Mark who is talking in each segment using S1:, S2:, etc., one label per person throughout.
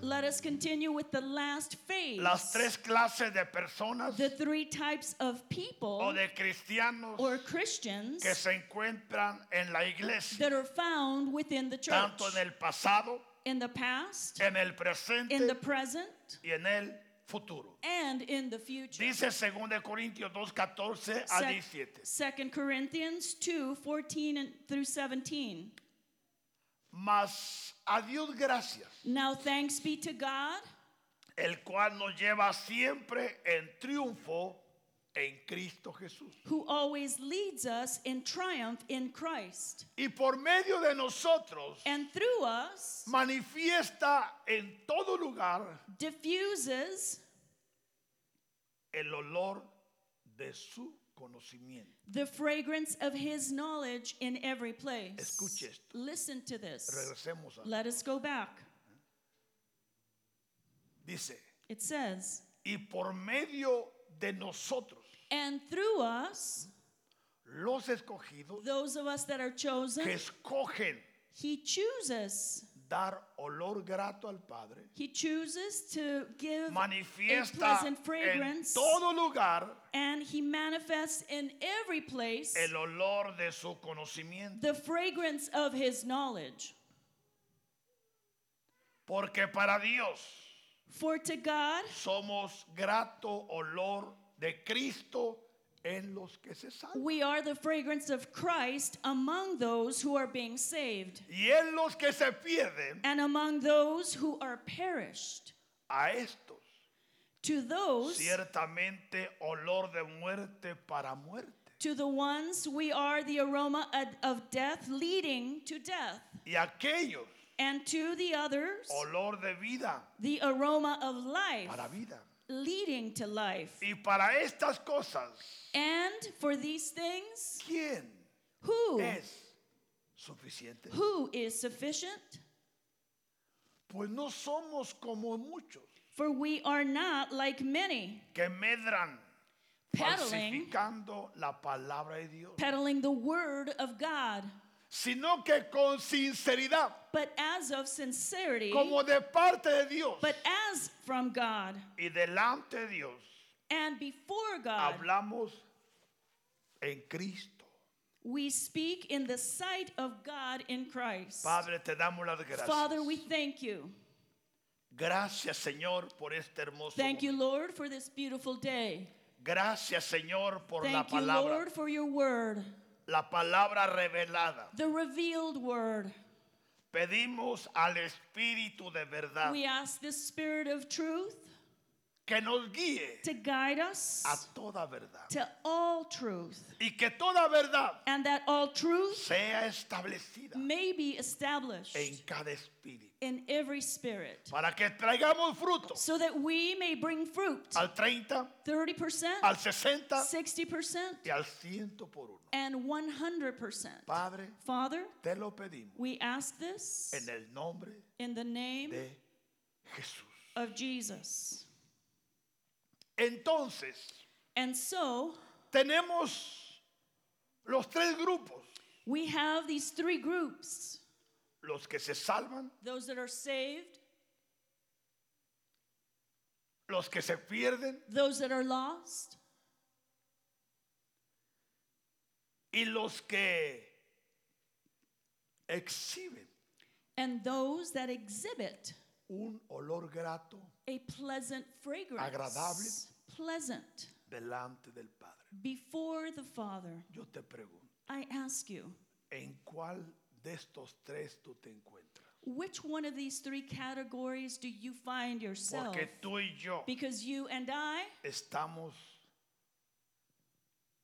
S1: Let us continue with the last phase.
S2: las tres clases de personas
S1: The three types of
S2: o
S1: people
S2: de cristianos
S1: or Christians
S2: que se encuentran en la iglesia,
S1: that are found within the church
S2: tanto en el pasado,
S1: in the past,
S2: en el
S1: in the
S2: presente
S1: present,
S2: y en el futuro.
S1: and in the future.
S2: Dice 2 Corintios 2:14 a
S1: Sec-
S2: 17.
S1: 2 Corinthians 2 14 and through 17.
S2: Mas a Dios gracias,
S1: Now thanks be to God,
S2: el cual nos lleva siempre en triunfo en Cristo Jesús.
S1: who always leads us in triumph in Christ,
S2: Y por medio de nosotros
S1: and through us
S2: manifiesta en todo lugar
S1: diffuses
S2: el olor de su conocimiento.
S1: the fragrance of his knowledge in every place.
S2: Escuche esto.
S1: Listen to this.
S2: Regresemos a...
S1: Let us go back.
S2: Dice,
S1: It says,
S2: y por medio de nosotros,
S1: and through us,
S2: los escogidos
S1: those of us that are chosen,
S2: que escogen
S1: he chooses.
S2: dar olor grato al Padre,
S1: He chooses to give a
S2: manifiesta en
S1: pleasant fragrance,
S2: todo lugar
S1: and he manifests in every place
S2: el olor de su conocimiento.
S1: the fragrance of his knowledge.
S2: Porque para Dios
S1: For to God,
S2: somos grato olor de Cristo en los que se salvan.
S1: we are the fragrance of Christ among those who are being saved,
S2: Y en los que se pierden,
S1: and among those who are perished.
S2: a estos
S1: To those,
S2: ciertamente olor de muerte para muerte.
S1: to the ones, we are the aroma ad- of death leading to death,
S2: Y aquellos
S1: and to the others,
S2: olor de vida
S1: the aroma of
S2: para
S1: life
S2: vida.
S1: leading to life.
S2: Y para estas cosas,
S1: And for these things,
S2: ¿quién
S1: who
S2: es suficiente?
S1: who is sufficient?
S2: Pues no somos como muchos
S1: For we are not like many
S2: que medran
S1: peddling
S2: falsificando la palabra de Dios,
S1: peddling the word of God,
S2: sino que con sinceridad,
S1: but as of sincerity,
S2: como de parte de Dios
S1: but as from God
S2: y delante de Dios,
S1: and before God,
S2: hablamos en Cristo.
S1: we speak in the sight of God in Christ.
S2: Padre, te damos las gracias.
S1: Father, we thank you.
S2: Gracias, Señor, por este hermoso.
S1: Thank you,
S2: momento.
S1: Lord, for this beautiful day.
S2: Gracias, Señor, por la
S1: Thank you,
S2: palabra.
S1: Lord, for your word,
S2: la palabra revelada.
S1: the revealed word.
S2: Pedimos al Espíritu de verdad
S1: We ask the Spirit of truth
S2: que nos guíe
S1: to guide us
S2: a toda verdad
S1: to all truth,
S2: y que toda verdad
S1: and that all truth
S2: sea establecida
S1: may be established
S2: en cada espíritu
S1: in every spirit,
S2: para que traigamos fruto
S1: so that we may bring fruit
S2: al 30,
S1: 30%,
S2: al 60
S1: 60%,
S2: y al 100 por uno.
S1: and 100%.
S2: Padre,
S1: Father,
S2: te lo pedimos
S1: we ask this
S2: en el nombre
S1: in the name
S2: de Jesús.
S1: of Jesus.
S2: Entonces,
S1: And so
S2: tenemos los tres grupos,
S1: we have these three groups
S2: los que se salvan,
S1: those that are saved,
S2: los que se pierden
S1: those that are lost,
S2: y los que exhiben
S1: and those that exhibit
S2: un olor grato
S1: a pleasant fragrance.
S2: Agradable.
S1: Pleasant
S2: delante del Padre.
S1: before the Father.
S2: Yo te pregunto,
S1: I ask you,
S2: ¿en cuál de estos tres tú te encuentras?
S1: which one of these three categories do you find yourself?
S2: Porque tú y yo
S1: Because you and I
S2: estamos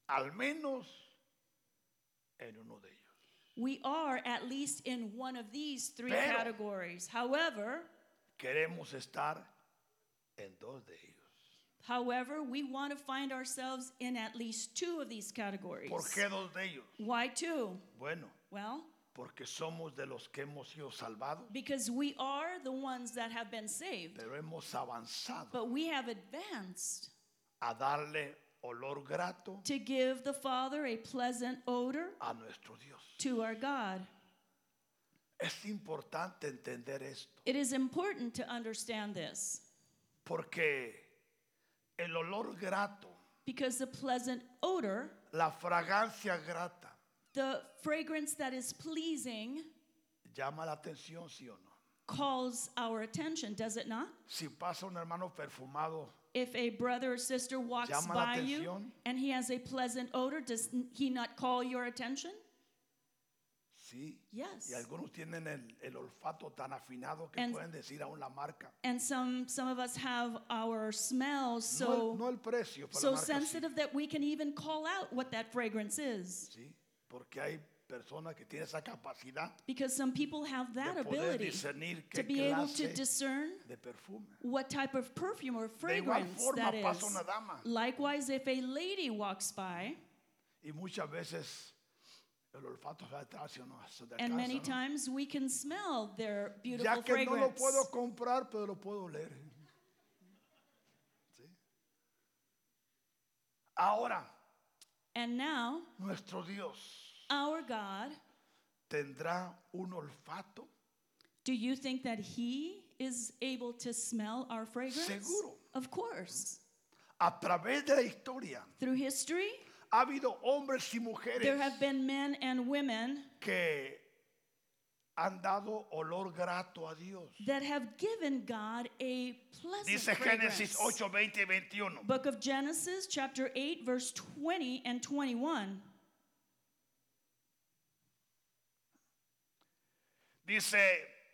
S2: al menos en uno de ellos.
S1: We are at least in one of these three
S2: Pero-
S1: categories. However,
S2: Queremos estar en dos de ellos.
S1: however, we want to find ourselves in at least two of these categories.
S2: ¿Por qué dos de ellos?
S1: Why two?
S2: Bueno,
S1: Well,
S2: porque somos de los que hemos sido salvados,
S1: because we are the ones that have been saved,
S2: pero hemos avanzado
S1: but we have advanced
S2: a darle olor grato
S1: to give the Father a pleasant odor
S2: a nuestro Dios.
S1: to our God.
S2: Es importante entender esto,
S1: It is important to understand this
S2: porque el olor grato,
S1: because the pleasant odor,
S2: la fragancia grata,
S1: the fragrance that is pleasing,
S2: llama la atención, sí o no.
S1: calls our attention, does it not?
S2: Si pasa un hermano perfumado,
S1: If a brother or sister walks
S2: Llama la
S1: by you
S2: atención.
S1: and he has a pleasant odor, does n- he not call your attention?
S2: sí.
S1: Yes.
S2: Y algunos tienen el, el olfato tan afinado que
S1: And-
S2: pueden decir aún la marca.
S1: And some some of us have our smells
S2: No
S1: so
S2: el- no, el precio, pero
S1: so
S2: la marca sí.
S1: sensitive that we can even call out what that fragrance is
S2: Sí, porque hay personas que tienen esa capacidad
S1: because some people have that
S2: de poder
S1: ability
S2: discernir
S1: to
S2: qué
S1: be able to
S2: clase
S1: discern
S2: de perfume.
S1: what type of perfume or
S2: igual
S1: fragrance
S2: forma
S1: that
S2: pasa
S1: is.
S2: una dama.
S1: Likewise, if a lady walks by,
S2: Y muchas veces el olfato se atrasa, ¿no? Se te
S1: and many
S2: alcanza, ¿no?
S1: times we can smell their beautiful
S2: Ya que no lo
S1: fragrance.
S2: puedo comprar, pero lo puedo oler. Sí. Ahora,
S1: And now,
S2: nuestro Dios
S1: our God,
S2: tendrá un olfato
S1: do you think that He is able to smell our fragrance?
S2: Seguro.
S1: Of course.
S2: a través de la historia.
S1: Through history,
S2: Ha habido hombres y mujeres
S1: there have been men and women
S2: que han dado olor grato a Dios.
S1: that have given God a pleasant
S2: Dice Génesis
S1: fragrance.
S2: 8, 20 y 21.
S1: Book of Genesis, chapter 8, verse 20 and 21.
S2: Dice,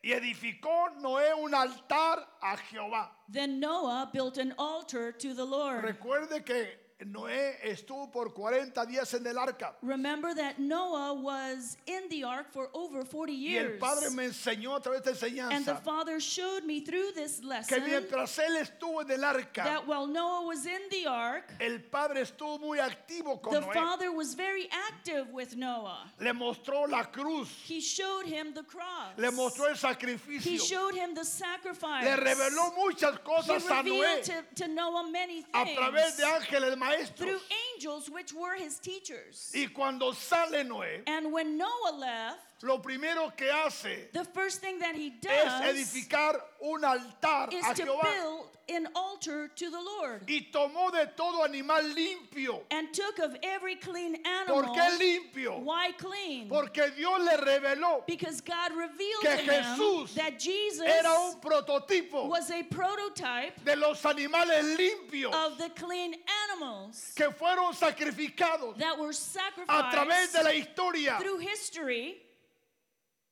S2: y edificó Noé un altar a Jehová.
S1: Then Noah built an altar to the Lord.
S2: Recuerde que Noé estuvo por 40 días en el arca.
S1: Remember that Noah was in the ark for over 40
S2: Y el
S1: years.
S2: Padre me enseñó a través de esta
S1: And the
S2: enseñanza
S1: Father showed me through this
S2: que
S1: lesson
S2: mientras él estuvo en el arca,
S1: that while Noah was in the ark,
S2: el Padre estuvo muy activo con
S1: the
S2: Noé.
S1: Father was very active with Noah.
S2: Le mostró la cruz,
S1: He showed him the cross.
S2: le mostró el
S1: he
S2: sacrificio,
S1: showed him the sacrifice.
S2: le reveló muchas
S1: he
S2: cosas a Noé
S1: revealed to, to Noah many
S2: a
S1: things
S2: través de ángeles
S1: through
S2: maestros.
S1: angels, which were his teachers.
S2: Y cuando sale Noé,
S1: and when Noah left,
S2: lo primero que hace
S1: the first thing that he
S2: es
S1: does
S2: edificar un altar
S1: is
S2: a
S1: to
S2: Jehová.
S1: build an altar to the Lord
S2: Y tomó de todo animal limpio.
S1: and took of every clean
S2: ¿Por
S1: animal.
S2: qué limpio?
S1: Why clean?
S2: Porque Dios le reveló
S1: because God revealed
S2: que
S1: to him
S2: Jesús
S1: that Jesus
S2: era un prototipo
S1: was a prototype
S2: de los animales limpios
S1: of the clean animals
S2: que fueron sacrificados
S1: that were
S2: a través
S1: sacrificed
S2: de la historia.
S1: through history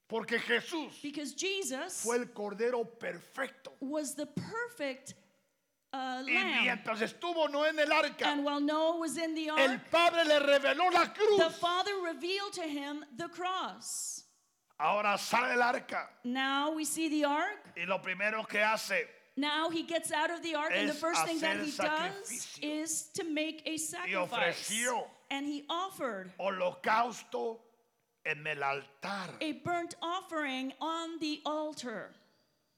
S2: Porque Jesús
S1: because Jesus
S2: fue el cordero perfecto.
S1: was the perfect uh,
S2: Y
S1: lamb.
S2: mientras estuvo Noé en el arca,
S1: And while Noah was in the
S2: el
S1: ark,
S2: Padre le reveló la
S1: the
S2: cruz.
S1: Father revealed to him the cross.
S2: Ahora sale del arca
S1: Now we see the ark.
S2: y lo primero que hace
S1: Now he gets out of the ark, and the
S2: Es
S1: first thing that
S2: hacer
S1: he does
S2: sacrificio.
S1: is to make a sacrifice.
S2: ofreció.
S1: And he offered
S2: holocausto en el altar.
S1: a burnt offering on the altar.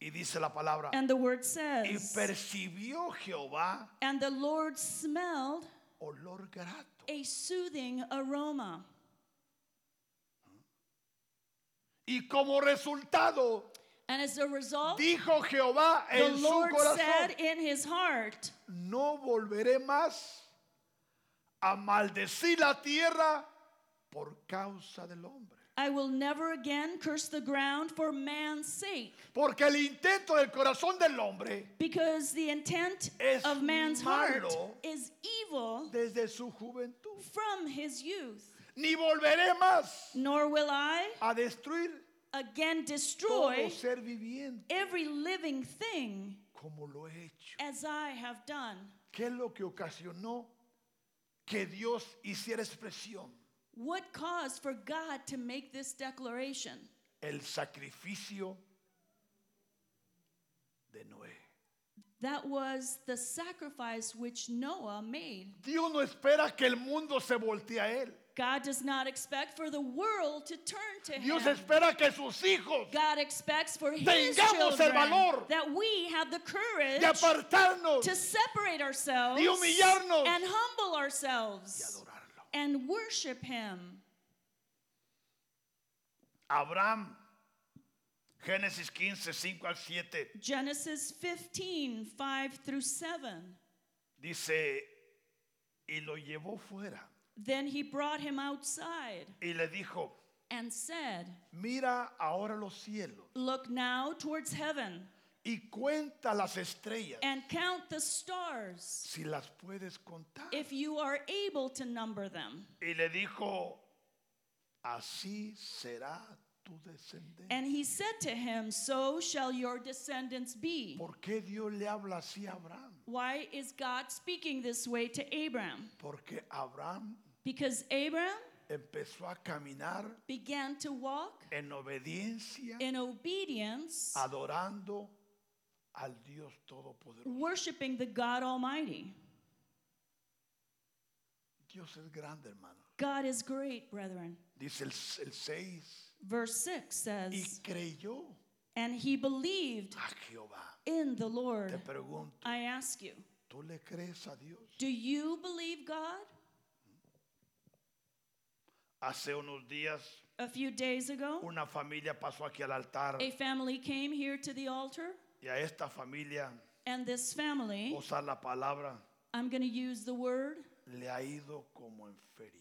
S2: Y dice la palabra,
S1: And the word
S2: y
S1: says,
S2: percibió Jehová
S1: and the Lord smelled
S2: olor grato.
S1: a soothing aroma.
S2: Y como resultado,
S1: And as a result,
S2: dijo Jehová
S1: the
S2: en su
S1: Lord said
S2: corazón,
S1: in his heart,
S2: no volveré más a maldecir la tierra por causa del hombre.
S1: I will never again curse the ground for man's sake,
S2: Porque el intento del corazón del hombre
S1: because the intent
S2: Es
S1: of man's heart
S2: malo.
S1: is evil
S2: desde su juventud.
S1: from his youth.
S2: Ni volveré más
S1: Nor will I
S2: a destruir
S1: again
S2: todo
S1: destroy
S2: ser viviente
S1: every living thing
S2: como lo he hecho.
S1: as I have done.
S2: ¿Qué es lo que ocasionó que Dios hiciera expresión?
S1: What caused for God to make this declaration?
S2: El sacrificio de Noé.
S1: That was the sacrifice which Noah made.
S2: Dios no espera que el mundo se voltee a él.
S1: God does not expect for the world to turn to
S2: Dios
S1: him.
S2: espera que sus hijos
S1: God expects for his
S2: Tengamos el
S1: children
S2: valor
S1: that we have the courage
S2: de apartarnos
S1: to separate ourselves
S2: y humillarnos
S1: and humble
S2: y
S1: ourselves
S2: adorarlo.
S1: and worship him.
S2: Abraham Génesis 15, 5 al 7.
S1: Genesis 15, 5 through 7.
S2: Dice, y lo llevó fuera
S1: Then he brought him outside
S2: y le dijo,
S1: and said,
S2: mira ahora los cielos
S1: Look now towards heaven
S2: y cuenta las estrellas,
S1: and count the stars,
S2: si las puedes contar.
S1: if you are able to number them.
S2: Y le dijo, así será tu descendencia.
S1: And he said to him, So shall your descendants be.
S2: ¿Por qué Dios le habla así a Abraham?
S1: Why is God speaking this way to Abram?
S2: Porque Abraham
S1: Because Abram
S2: empezó a caminar
S1: began to walk
S2: en obediencia,
S1: in obedience,
S2: adorando al Dios Todopoderoso.
S1: worshiping the God Almighty.
S2: Dios es grande, hermano.
S1: God is great, brethren.
S2: Dice el, el 6.
S1: Verse 6
S2: Y
S1: says,
S2: creyó
S1: And he believed
S2: a Jehová.
S1: in the Lord.
S2: Te pregunto,
S1: I ask you,
S2: ¿tú le crees a Dios?
S1: do you believe God?
S2: Hace unos días
S1: A few days ago,
S2: una familia pasó aquí al altar
S1: a family came here to the altar,
S2: y a esta familia,
S1: and this family,
S2: usar la palabra,
S1: I'm going to use the word,
S2: le ha ido como en feria.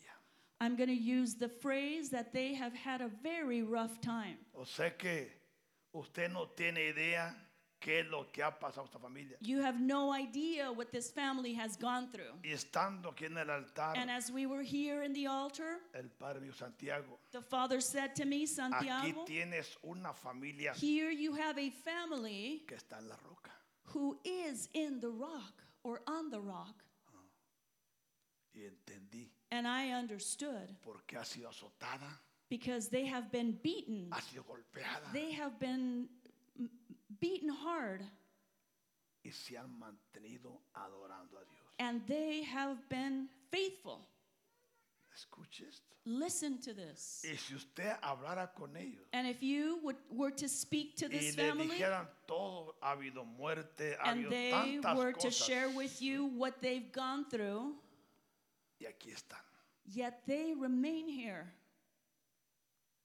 S1: I'm going to use the phrase that they have had a very rough time.
S2: O sea que usted no tiene idea qué es lo que ha pasado a esta familia.
S1: You have no idea what this family has gone through.
S2: Y estando aquí en el altar,
S1: And as we were here in the altar,
S2: el padre mío Santiago,
S1: the father said to me,
S2: aquí
S1: Santiago,
S2: tienes una familia
S1: here you have a family
S2: que está en la roca.
S1: who is in the rock or on the rock.
S2: Y entendí,
S1: And I understood
S2: porque ha sido azotada,
S1: because they have been beaten.
S2: ha sido golpeada
S1: They have been m- beaten hard
S2: y se han mantenido adorando a Dios.
S1: and they have been faithful.
S2: Escuche esto.
S1: Listen to this.
S2: Y si usted hablara con ellos
S1: And if you would, were to speak to
S2: y
S1: this
S2: le
S1: family
S2: dijeran todo, ha habido muerte, ha
S1: and
S2: habido
S1: they
S2: tantas
S1: were to
S2: cosas.
S1: share with you what they've gone through,
S2: Y aquí están.
S1: yet they remain here.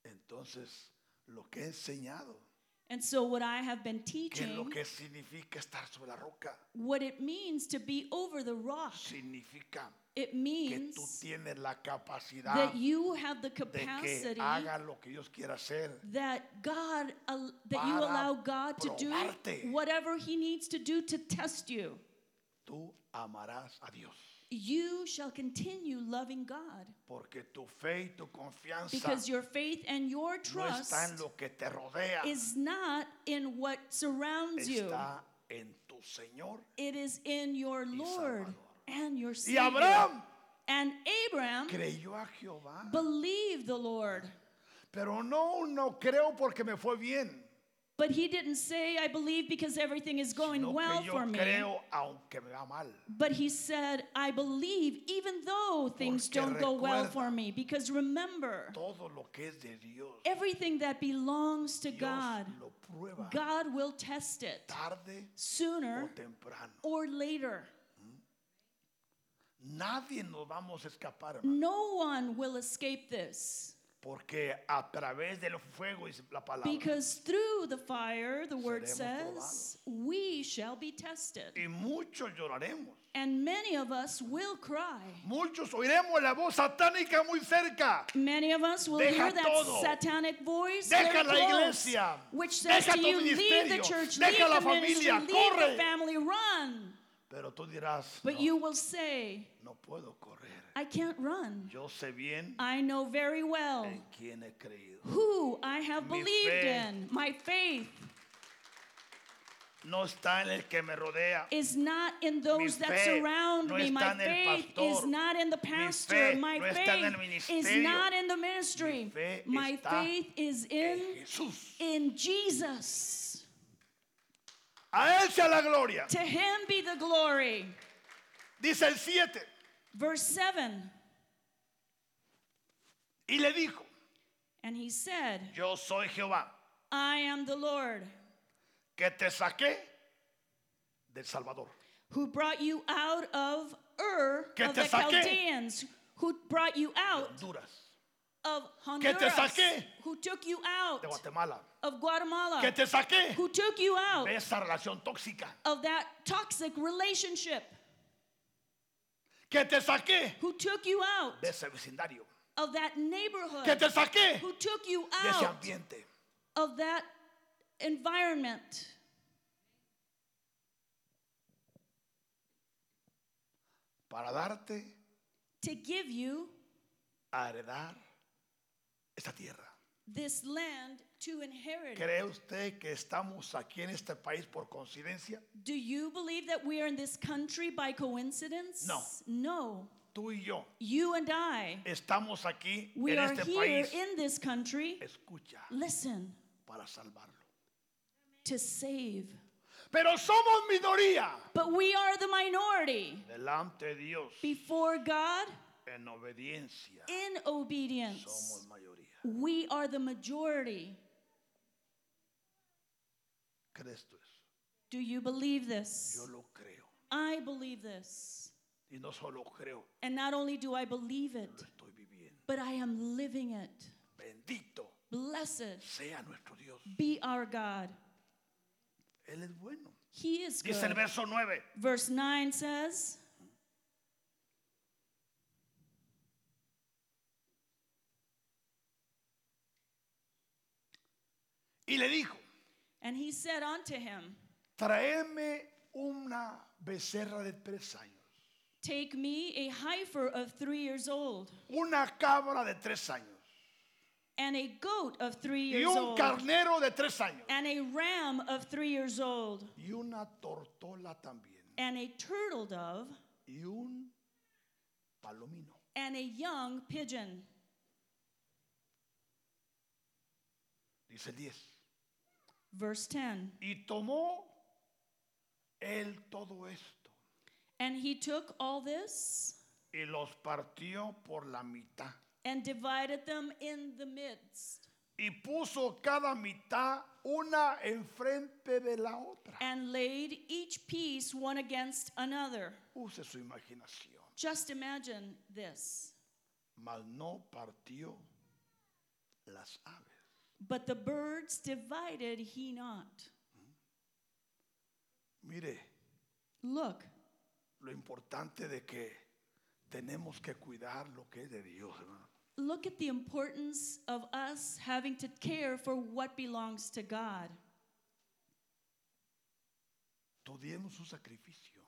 S2: Entonces, lo que he enseñado,
S1: And so, what I have been
S2: que es lo
S1: teaching,
S2: que significa estar sobre la roca,
S1: what it means to be over the rock,
S2: significa
S1: it
S2: que tú
S1: means
S2: tienes la capacidad
S1: that you have the
S2: de que
S1: capacity
S2: haga lo que Dios quiera hacer.
S1: that God, al- that you
S2: para
S1: allow God to do
S2: probarte.
S1: whatever He needs to do to test you.
S2: Tú amarás a Dios.
S1: You shall continue loving God
S2: Porque tu fe y tu confianza
S1: because your faith and your
S2: no está en
S1: trust
S2: lo que te rodea,
S1: is not in what surrounds you.
S2: está en tu Señor.
S1: It is in your Lord
S2: Salvador.
S1: and your
S2: Y
S1: Savior.
S2: Abraham
S1: and Abram
S2: creyó a Jehová.
S1: believed the Lord.
S2: Pero no, no creo porque me fue bien.
S1: But he didn't say, I believe because everything is going
S2: No
S1: well
S2: que yo
S1: for me.
S2: creo aunque me va mal.
S1: But he said, I believe even though things
S2: Porque
S1: don't go well
S2: recuerda.
S1: for me. Because remember,
S2: Todo lo que es de Dios,
S1: everything that belongs to God,
S2: Dios lo prueba
S1: God will test it
S2: tarde o
S1: sooner
S2: temprano.
S1: or later.
S2: Nadie nos vamos a escapar, hermano,
S1: No one will escape this.
S2: porque a través del fuego dice la palabra.
S1: Because through the fire, the word
S2: Seremos
S1: says, we shall be tested.
S2: Y muchos lloraremos.
S1: And many of us will cry.
S2: Muchos oiremos la voz satánica muy cerca.
S1: Many of us will
S2: Deja
S1: hear that
S2: todo.
S1: satanic voice
S2: Deja
S1: very
S2: la
S1: close,
S2: iglesia.
S1: which says
S2: Deja
S1: to
S2: tu
S1: you, leave the
S2: ministerio.
S1: church,
S2: Deja
S1: leave
S2: la
S1: the ministry,
S2: familia.
S1: leave
S2: Corre."
S1: the family, run.
S2: Pero tú dirás,
S1: But
S2: "No,
S1: you will say,
S2: no puedo correr.
S1: I can't run.
S2: Yo sé bien
S1: I know very well
S2: en quién he creído.
S1: who I have
S2: Mi
S1: believed
S2: fe.
S1: in. My faith
S2: No está en el que me rodea.
S1: is not in those that
S2: fe
S1: surround
S2: no
S1: me. My
S2: está en el
S1: faith is
S2: pastor.
S1: not in the
S2: Mi
S1: pastor.
S2: fe
S1: My
S2: no está en el
S1: faith is
S2: ministerio.
S1: not in the ministry.
S2: fe
S1: My
S2: está
S1: faith is in
S2: En Jesús.
S1: in Jesus.
S2: A él sea la gloria.
S1: To him be the glory.
S2: Dice el 7.
S1: Verse 7.
S2: Y le dijo,
S1: And he said,
S2: yo soy Jehová,
S1: I am the Lord
S2: que te saqué del Salvador.
S1: who brought you out of Ur
S2: Que
S1: of
S2: te
S1: the
S2: saqué.
S1: Chaldeans, who brought you out
S2: Honduras.
S1: of
S2: te
S1: Honduras,
S2: saqué.
S1: who took you out
S2: de Guatemala.
S1: of Guatemala,
S2: Que te saqué
S1: who took you out
S2: de esa relación tóxica.
S1: of that toxic relationship,
S2: Que te saqué
S1: who took you out
S2: de ese vecindario.
S1: of that neighborhood,
S2: Que te saqué
S1: who took you
S2: de ese
S1: out
S2: ambiente.
S1: of that environment.
S2: Para darte
S1: to give you
S2: a heredar esta tierra.
S1: this land to inherit. it.
S2: ¿Cree usted que estamos aquí en este país por coincidencia?
S1: Do you believe that we are in this country by coincidence?
S2: No.
S1: No.
S2: Tú y yo
S1: You and I,
S2: estamos aquí
S1: we
S2: en
S1: are
S2: este
S1: here
S2: país.
S1: in this country,
S2: Escucha,
S1: listen,
S2: para salvarlo.
S1: to save.
S2: Pero somos minoría
S1: But we are the minority
S2: delante de Dios
S1: before God
S2: en obediencia.
S1: in
S2: Somos
S1: obedience.
S2: mayoría.
S1: We are the majority.
S2: ¿Crees tú eso?
S1: Do you believe this?
S2: Yo lo creo.
S1: I believe this.
S2: Y no solo creo,
S1: And not only do I believe it,
S2: lo estoy viviendo.
S1: but I am living it.
S2: Bendito
S1: Blessed
S2: sea nuestro Dios.
S1: be our God.
S2: Él es bueno.
S1: He is
S2: Dice el
S1: good.
S2: verso 9.
S1: Verse 9 says,
S2: Y le dijo,
S1: And he said unto him,
S2: tráeme una becerra de tres años,
S1: Take me a heifer of three years old,
S2: una cabra de tres años
S1: and a goat of three
S2: y
S1: years
S2: un
S1: old,
S2: carnero de tres años
S1: and a ram of three years old,
S2: y una tortola también
S1: and a turtle dove,
S2: y un palomino.
S1: and a young pigeon.
S2: Dice el 10.
S1: Verse 10.
S2: Y tomó él todo esto
S1: And he took all this
S2: y los partió por la mitad
S1: and divided them in the midst,
S2: y puso cada mitad una enfrente de la otra.
S1: and laid each piece one against another.
S2: Use su imaginación,
S1: Just imagine this.
S2: mas no partió las aves.
S1: But the birds divided he not.
S2: Mire,
S1: Look,
S2: lo importante de que tenemos que cuidar lo que es de Dios, hermano.
S1: look at the importance of us having to care for what belongs to God.
S2: Tú demos un sacrificio,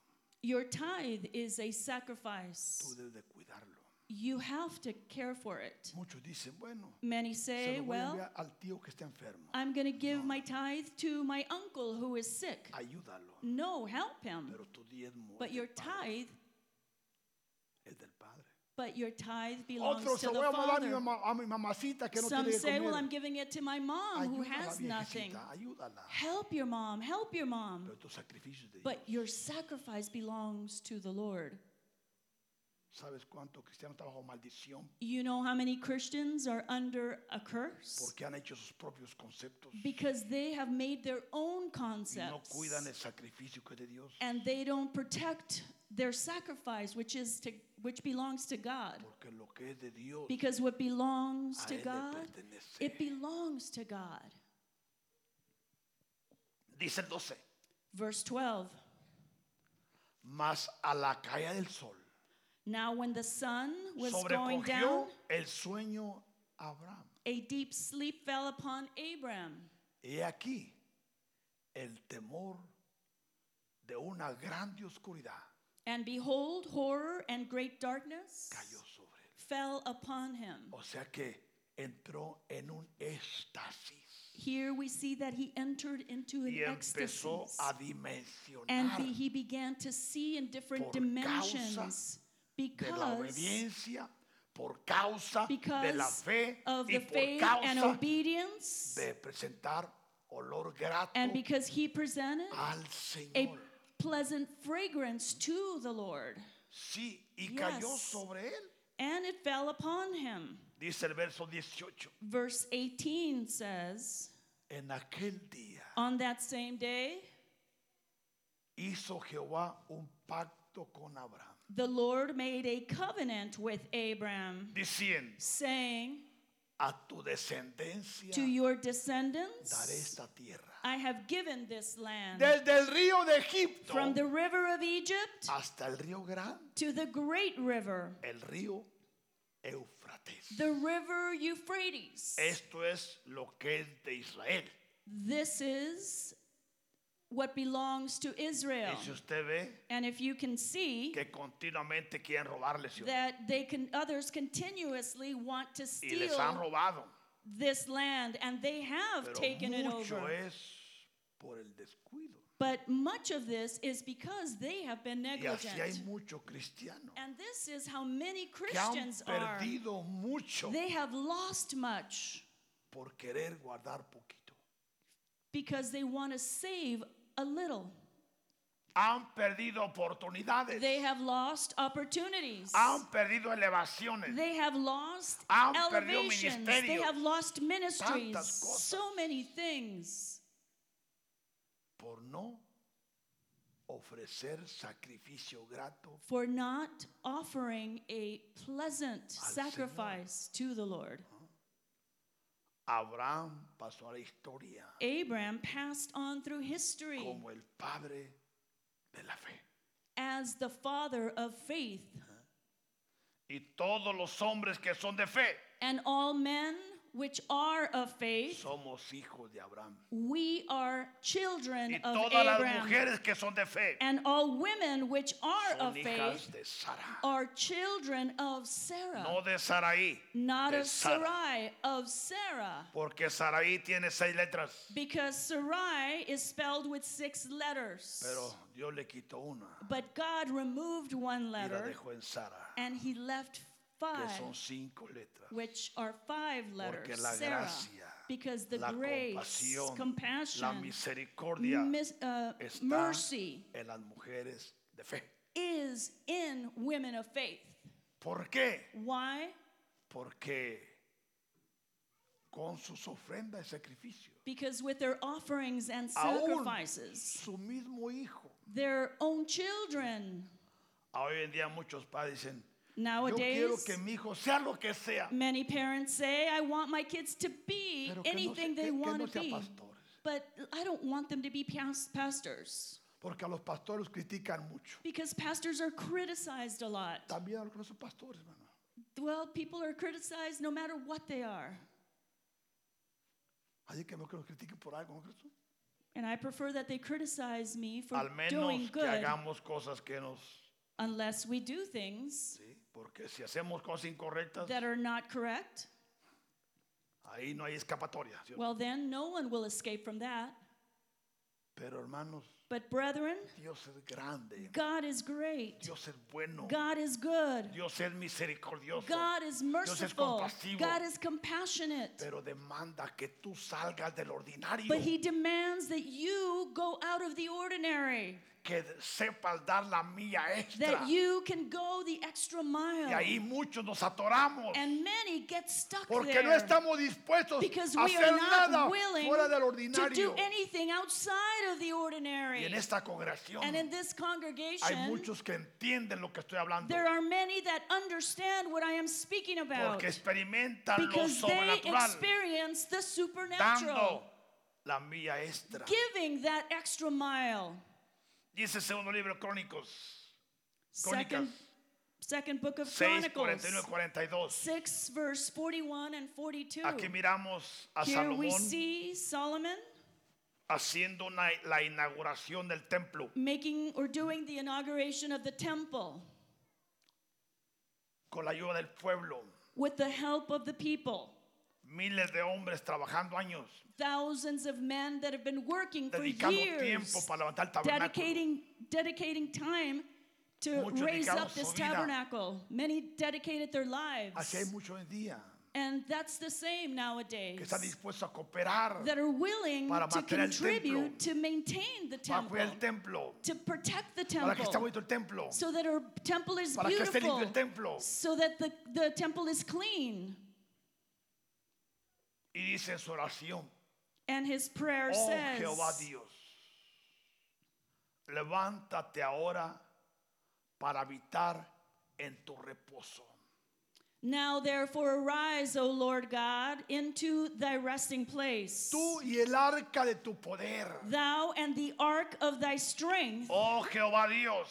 S1: Your tithe is a
S2: tú
S1: sacrifice.
S2: debes de cuidarlo.
S1: You have to care for it.
S2: Muchos dicen, bueno,
S1: Many
S2: se
S1: say,
S2: lo voy a
S1: well,
S2: enviar al tío que está enfermo.
S1: I'm going to give my tithe to my uncle who is sick.
S2: Ayúdalo.
S1: No, help him.
S2: Pero tu diezmo
S1: But
S2: es,
S1: your
S2: del padre,
S1: tithe,
S2: es del Padre.
S1: but your tithe belongs
S2: Otro
S1: to
S2: se
S1: the
S2: voy a mandar a mi,
S1: Father.
S2: mamá- a mi mamacita que no
S1: Some
S2: tiene
S1: say,
S2: que
S1: well, I'm
S2: comer.
S1: giving it to my mom who
S2: Ayúdala,
S1: has nothing.
S2: viejecita, ayúdala.
S1: Help your mom, help your mom.
S2: Pero tu sacrificio es de
S1: But
S2: Dios.
S1: your sacrifice belongs to the Lord.
S2: ¿Sabes cuántos cristianos están bajo maldición?
S1: You know how many Christians are under a curse?
S2: Porque han hecho sus propios conceptos
S1: Because they have made their own
S2: y no
S1: concepts
S2: cuidan el sacrificio que es de Dios.
S1: and they don't protect their sacrifice which is to, which belongs to God.
S2: Porque lo que es de Dios
S1: Because what belongs
S2: a
S1: to
S2: Él le
S1: God, it
S2: pertenece.
S1: belongs to God.
S2: Dice el 12.
S1: Verse 12.
S2: Mas a la caída del sol
S1: Now when the sun was going
S2: sobrecogió
S1: down,
S2: el sueño a Abraham.
S1: a deep sleep fell upon Abram.
S2: He aquí el temor de una grande oscuridad
S1: And behold, horror and great darkness
S2: cayó sobre él.
S1: fell upon him.
S2: O sea que entró en un éxtasis
S1: Here we see that he entered into an
S2: y
S1: ecstasy
S2: empezó a
S1: and
S2: dimensionar
S1: be- he began to see in different
S2: por causa
S1: dimensions
S2: de la
S1: because
S2: obediencia por causa de la
S1: because
S2: fe
S1: of
S2: y
S1: the
S2: por
S1: faith and
S2: causa
S1: obedience
S2: de presentar olor grato
S1: and because he presented
S2: al
S1: a
S2: Señor.
S1: pleasant fragrance to the Lord
S2: Sí, y cayó
S1: Yes.
S2: sobre él.
S1: and it fell upon him.
S2: Dice el verso 18.
S1: Verse 18 says,
S2: En aquel día
S1: On that same day,
S2: hizo Jehová un pacto con Abraham,
S1: the Lord made a covenant with Abram,
S2: diciendo,
S1: saying,
S2: a tu descendencia
S1: To your
S2: daré
S1: descendants,
S2: esta tierra.
S1: I have given this land.
S2: Desde el río de Egipto
S1: From the river of Egypt
S2: hasta el río Grande,
S1: to the great river,
S2: el río Éufrates.
S1: the river Euphrates.
S2: Esto es lo que es de Israel.
S1: This is what belongs to Israel.
S2: Y si usted ve
S1: And if you can see
S2: que continuamente quieren robarle ciudad
S1: that they can others continuously want to
S2: y les han
S1: steal
S2: robado,
S1: this land and they have
S2: pero
S1: taken it
S2: mucho eh.
S1: over.
S2: es por el descuido.
S1: But much of this is because they have been
S2: Y así hay
S1: negligent.
S2: muchos cristianos
S1: And this is how many
S2: que han
S1: Christians are.
S2: perdido mucho
S1: They have lost much
S2: por querer guardar poquito.
S1: because they want to save a little.
S2: Han perdido oportunidades.
S1: They have lost opportunities.
S2: Han perdido elevaciones.
S1: They have lost
S2: Han perdido
S1: elevations. They
S2: ministerios.
S1: have lost ministries.
S2: Tantas cosas.
S1: So many things
S2: por no ofrecer sacrificio grato
S1: for not offering a pleasant
S2: Señor.
S1: sacrifice to the Lord.
S2: Abraham pasó a la historia
S1: Abraham passed on through history
S2: como el padre de la fe.
S1: as the father of faith.
S2: Y todos los hombres que son de fe
S1: And all men which are of faith,
S2: somos hijos de Abraham.
S1: we are children
S2: Y
S1: of
S2: todas las
S1: Abraham.
S2: mujeres que son de fe
S1: And all women which are of
S2: son
S1: faith
S2: hijas de Sara.
S1: are children of Sarah,
S2: No de Saraí,
S1: not
S2: de
S1: of
S2: Sara.
S1: Sarai, of Sarah.
S2: porque Saraí tiene seis letras,
S1: Because Sarai is spelled with six letters.
S2: pero Dios le quitó una
S1: but God removed one
S2: y la
S1: letter
S2: dejó en Sara,
S1: and he left
S2: que
S1: five,
S2: son cinco letras.
S1: which are five letters.
S2: la
S1: Sarah.
S2: gracia,
S1: because the
S2: la
S1: grace,
S2: compasión, la
S1: compassion,
S2: misericordia
S1: mis- uh,
S2: está
S1: mercy
S2: en las mujeres de fe.
S1: is in women of faith.
S2: ¿Por qué?
S1: Why?
S2: Porque con sus ofrendas y sacrificios,
S1: Because with their offerings and
S2: Aún.
S1: sacrifices,
S2: su mismo hijo. Ah,
S1: their own children.
S2: Hoy en día muchos padres dicen, yo quiero
S1: Nowadays,
S2: que mi hijo sea lo que sea,
S1: many parents say, I want my kids to be
S2: pero que no, se-
S1: anything
S2: que-
S1: they
S2: que no
S1: want to
S2: sea
S1: be.
S2: pastores.
S1: But I don't want them to be pas- pastors
S2: Porque a los pastores critican mucho.
S1: because pastors are criticized a lot.
S2: También a los que no son pastores, hermano.
S1: Well, people are criticized no matter what they are.
S2: Así que no que los critiquen por algo, ¿no crees tú?
S1: And I prefer that they criticize me for
S2: Al
S1: doing
S2: menos que
S1: good
S2: hagamos cosas que nos
S1: unless we do things
S2: Sí, porque si hacemos cosas incorrectas,
S1: that are not correct.
S2: ahí no hay escapatoria. ¿sí o no?
S1: Well, then no one will escape from that.
S2: Pero hermanos,
S1: But, brethren,
S2: Dios es grande,
S1: God is great,
S2: Dios es bueno,
S1: God is good.
S2: Dios es misericordioso,
S1: God is merciful.
S2: compasivo.
S1: God is compassionate.
S2: pero demanda que tú salgas del ordinario,
S1: But he demands that you go out of the ordinary,
S2: que sepas dar la mía extra.
S1: that you can go the extra
S2: Y ahí
S1: mile.
S2: muchos nos atoramos.
S1: And many get stuck
S2: Porque no
S1: there
S2: estamos dispuestos
S1: because
S2: a
S1: we are
S2: hacer nada
S1: not willing
S2: fuera del
S1: to do
S2: ordinario.
S1: anything outside of the
S2: Y
S1: ordinary.
S2: en esta congregación
S1: And in this
S2: hay
S1: congregation,
S2: muchos que entienden lo que estoy hablando.
S1: there are many that understand what I am speaking about
S2: Porque experimentan lo
S1: because they
S2: sobrenatural.
S1: experience the supernatural,
S2: dando la mía extra.
S1: giving that extra mile.
S2: Dice el segundo libro de Crónicos,
S1: Second,
S2: Crónicas.
S1: second book of
S2: 6,
S1: Chronicles,
S2: 41 y 42.
S1: 6, verse 41 and 42.
S2: Aquí miramos a
S1: Here we
S2: Salomón
S1: see Solomon
S2: haciendo una- la inauguración del templo.
S1: making or doing the inauguration of the temple
S2: Con la ayuda del pueblo,
S1: with the help of the people.
S2: miles de hombres trabajando años,
S1: Thousands of men that have been working for
S2: dedicando
S1: years,
S2: tiempo para levantar el tabernáculo.
S1: dedicating, dedicating time to
S2: Muchos
S1: raise
S2: dedicaron
S1: up this
S2: su vida.
S1: tabernacle. Many dedicated their
S2: Así
S1: lives.
S2: hay mucho hoy en día
S1: And that's the same
S2: que
S1: nowadays.
S2: están dispuestos a cooperar
S1: that are willing
S2: Para
S1: to
S2: mantener el
S1: contribute
S2: templo.
S1: to maintain the
S2: para
S1: temple,
S2: cuidar el templo,
S1: to protect the
S2: para que esté
S1: temple,
S2: bonito el templo,
S1: so that our temple is
S2: para que esté limpio el
S1: beautiful,
S2: templo.
S1: so that the, the temple is clean.
S2: Y dice en su oración,
S1: And his prayer
S2: Oh
S1: says,
S2: Jehová Dios, levántate ahora para habitar en tu reposo.
S1: Now therefore arise, O Lord God, into thy resting place.
S2: Tú y el arca de tu poder.
S1: Thou and the ark of thy strength,
S2: Oh Jehová Dios.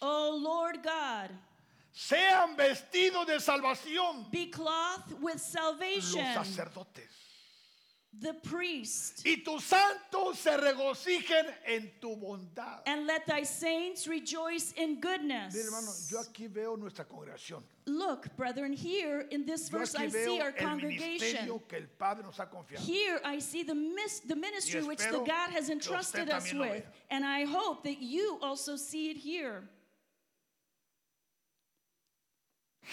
S1: O Lord God,
S2: Sean vestidos de salvación
S1: be clothed with
S2: los
S1: salvation,
S2: sacerdotes.
S1: the priest,
S2: Y tus santos se regocijen en tu bondad.
S1: and let thy saints rejoice in
S2: Mire, hermano,
S1: goodness.
S2: yo aquí veo nuestra congregación.
S1: Look, brethren, here in this
S2: Yo
S1: verse I
S2: aquí
S1: see
S2: veo
S1: our
S2: el
S1: congregation.
S2: ministerio que el Padre nos ha confiado.
S1: Here I see the, mis- the ministry which the
S2: espero
S1: God has
S2: que usted
S1: entrusted us
S2: también lo
S1: with,
S2: vea.
S1: and I hope that you also see it here.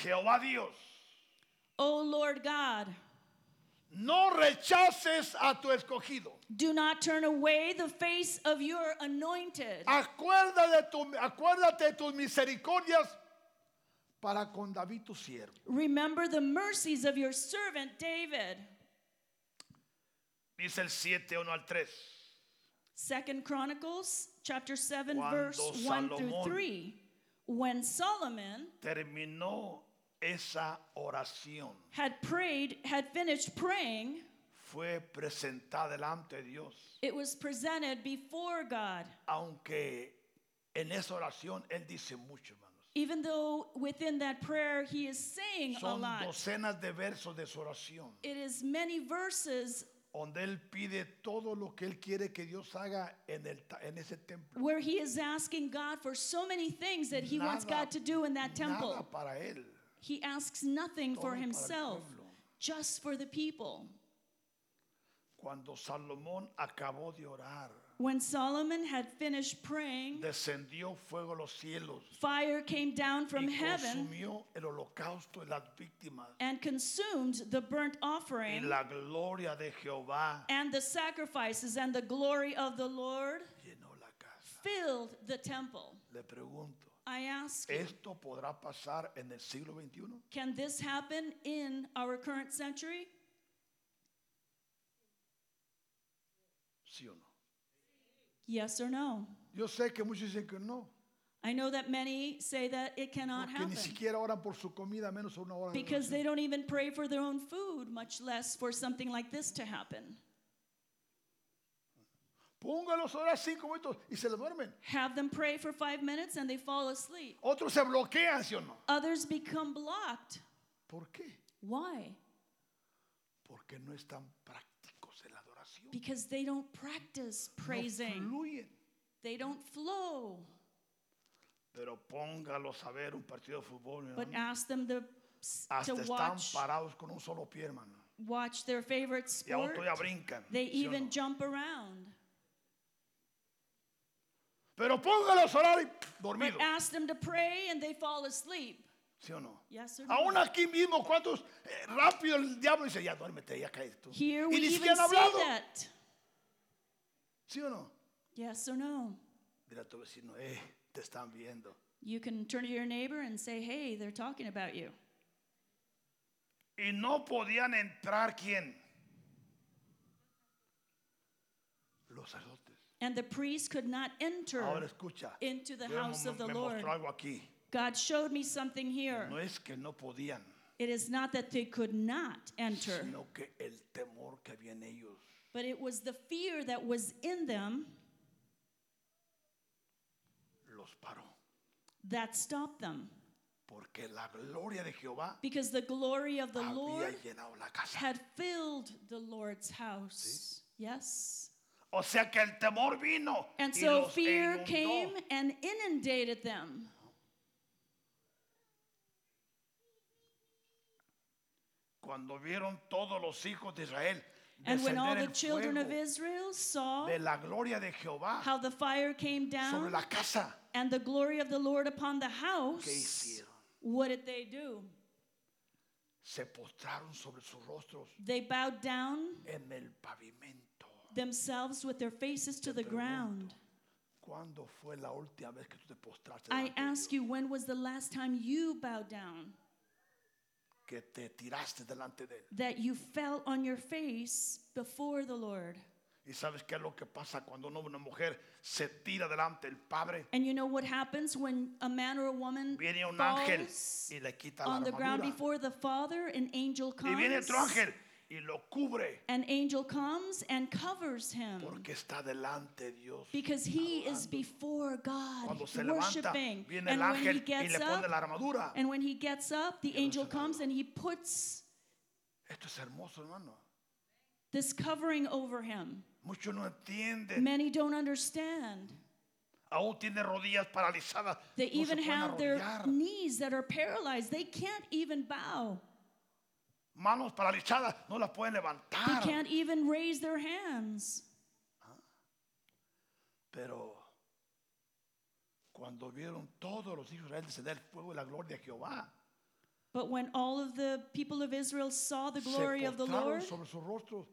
S2: Jehová Dios,
S1: O Lord God,
S2: no rechaces a tu escogido.
S1: do not turn away the face of your anointed.
S2: Acuerda de tu- acuérdate de tus misericordias para con David tu siervo.
S1: Remember the mercies of your servant David.
S2: Dice el 7, 1 al 3.
S1: Second Chronicles chapter 7
S2: Cuando
S1: verse 1 through
S2: Salomón-
S1: 3. When Solomon
S2: Terminó esa oración.
S1: had prayed, had finished praying,
S2: Fue presentada delante de Dios.
S1: it was presented before God.
S2: Aunque en esa oración él dice mucho, hermanos.
S1: Even though within that prayer he is saying a
S2: Son
S1: lot,
S2: docenas de versos de su oración,
S1: it is many verses
S2: donde él pide todo lo que él quiere que Dios haga en, el, ta- en ese templo.
S1: where he is asking God for so many things that he wants
S2: Nada-
S1: God to do in that temple.
S2: Nada para él.
S1: He asks nothing
S2: todo
S1: for
S2: para el
S1: himself,
S2: pueblo.
S1: just for the people.
S2: Cuando Salomón acabó de orar,
S1: When Solomon had finished praying,
S2: descendió fuego a los cielos
S1: fire came down from
S2: y
S1: heaven
S2: consumió el holocausto y las víctimas.
S1: and consumed the burnt
S2: Y
S1: offering
S2: la gloria de Jehová
S1: and the sacrifices, and the glory of the Lord
S2: llenó la casa.
S1: filled the temple.
S2: Le pregunto,
S1: I ask you,
S2: ¿esto podrá pasar en el siglo XXI?
S1: Can this happen in our current century?
S2: ¿Sí o no?
S1: Yes or no?
S2: Yo sé que muchos dicen que no.
S1: I know that many say that it cannot
S2: Porque ni
S1: happen
S2: siquiera oran por su comida, menos una hora. de
S1: because
S2: oración.
S1: they don't even pray for their own food, much less for something like this to happen.
S2: Póngalos a orar cinco minutos y se les duermen.
S1: Have them pray for five minutes and they fall asleep.
S2: Otros se bloquean, ¿sí o no?
S1: Others become blocked.
S2: ¿Por qué?
S1: Why?
S2: Porque no están prácticos en la adoración.
S1: Because they don't practice
S2: No
S1: praising,
S2: fluyen.
S1: they don't flow.
S2: Pero póngalos a ver un partido de fútbol.
S1: But
S2: hermano.
S1: ask them to, s-
S2: Hasta
S1: to
S2: están
S1: watch,
S2: parados con un solo pie, hermano.
S1: watch their favorite
S2: Y aún
S1: sport.
S2: todavía brincan.
S1: They
S2: ¿sí o no?
S1: even jump around.
S2: Pero póngalos a orar y
S1: But
S2: dormidos.
S1: ask them to pray and they fall asleep.
S2: ¿Sí o no?
S1: Yes or no?
S2: Aún aquí mismo, ¿cuántos? eh, rápido el diablo dice, ya duérmete, ya caes tú.
S1: Here we
S2: y ni
S1: even see
S2: siquiera han hablado.
S1: that.
S2: ¿Sí o no?
S1: Yes or no?
S2: Dile a tu vecino, eh, te están viendo.
S1: You can turn to your neighbor and say, hey, they're talking about you.
S2: Y no podían entrar quién? Los sacerdotes.
S1: And the priest could not
S2: Ahora
S1: enter
S2: escucha.
S1: into the
S2: Dios
S1: house
S2: me,
S1: of the
S2: me
S1: Lord.
S2: mostró algo aquí.
S1: God showed me something here.
S2: No es que no podían,
S1: It is not that they could not enter,
S2: sino que el temor que había en ellos.
S1: but it was the fear that was in them
S2: los paró.
S1: that stopped them.
S2: Porque la gloria de Jehová
S1: Because the glory of the
S2: había
S1: Lord
S2: llenado la casa.
S1: had filled the Lord's house. Yes.
S2: O sea que el temor vino.
S1: And
S2: y
S1: so
S2: los
S1: fear
S2: inundó.
S1: came and inundated them.
S2: Cuando vieron todos los hijos de Israel
S1: And when all
S2: descender
S1: the
S2: el
S1: children of
S2: fuego
S1: Israel saw
S2: de la gloria de Jehová
S1: how the fire came
S2: sobre
S1: down
S2: la casa,
S1: and the glory of the Lord upon the
S2: ¿qué
S1: house,
S2: hicieron?
S1: what did they do?
S2: Se postraron sobre sus rostros
S1: They bowed down
S2: en el pavimento.
S1: themselves with their faces to
S2: Te
S1: the
S2: pregunto,
S1: ground.
S2: ¿Cuándo fue la última vez que tú te postraste?
S1: I
S2: delante de
S1: ask
S2: Dios?
S1: you, when was the last time you bowed down?
S2: Que te tiraste delante de él.
S1: That you fell on your face before the Lord
S2: ¿Y sabes qué es lo que pasa cuando uno- una mujer se tira delante del Padre?
S1: And you know what happens when a man or a woman
S2: Viene un ángel
S1: falls
S2: y le quita la
S1: on the ground
S2: armadura.
S1: before the Father, an angel
S2: Y
S1: comes.
S2: viene otro ángel y lo cubre
S1: An angel comes and covers him
S2: porque está delante de Dios.
S1: because he is before God
S2: Cuando se levanta,
S1: worshiping.
S2: viene el
S1: And when he
S2: ángel y
S1: gets
S2: le pone
S1: up,
S2: la armadura.
S1: and when he gets up, the angel comes and he puts
S2: Esto es hermoso, hermano.
S1: this covering over him.
S2: Muchos no entienden.
S1: Many don't understand.
S2: Aún tiene rodillas paralizadas.
S1: They
S2: no se
S1: even
S2: pueden
S1: have their
S2: arrodillar.
S1: knees that are paralyzed. They can't even bow.
S2: Manos paralizadas, no las pueden
S1: They
S2: levantar.
S1: can't even raise their hands.
S2: Pero cuando vieron todos los hijos de Israel descender el fuego de la gloria de Jehová,
S1: But when all of the people of Israel saw the glory
S2: se
S1: of the
S2: postraron
S1: Lord,
S2: sobre sus rostros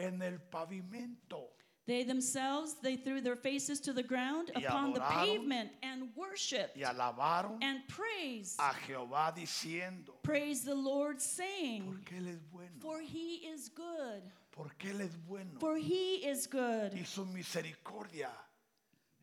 S2: en el pavimento.
S1: they themselves they threw their faces to the ground
S2: Y
S1: upon the
S2: adoraron.
S1: pavement and worshiped
S2: y alabaron
S1: and praised.
S2: a Jehová diciendo,
S1: Praise the Lord saying,
S2: porque Él es bueno,
S1: for he is good.
S2: porque Él es bueno
S1: For he is good.
S2: y su misericordia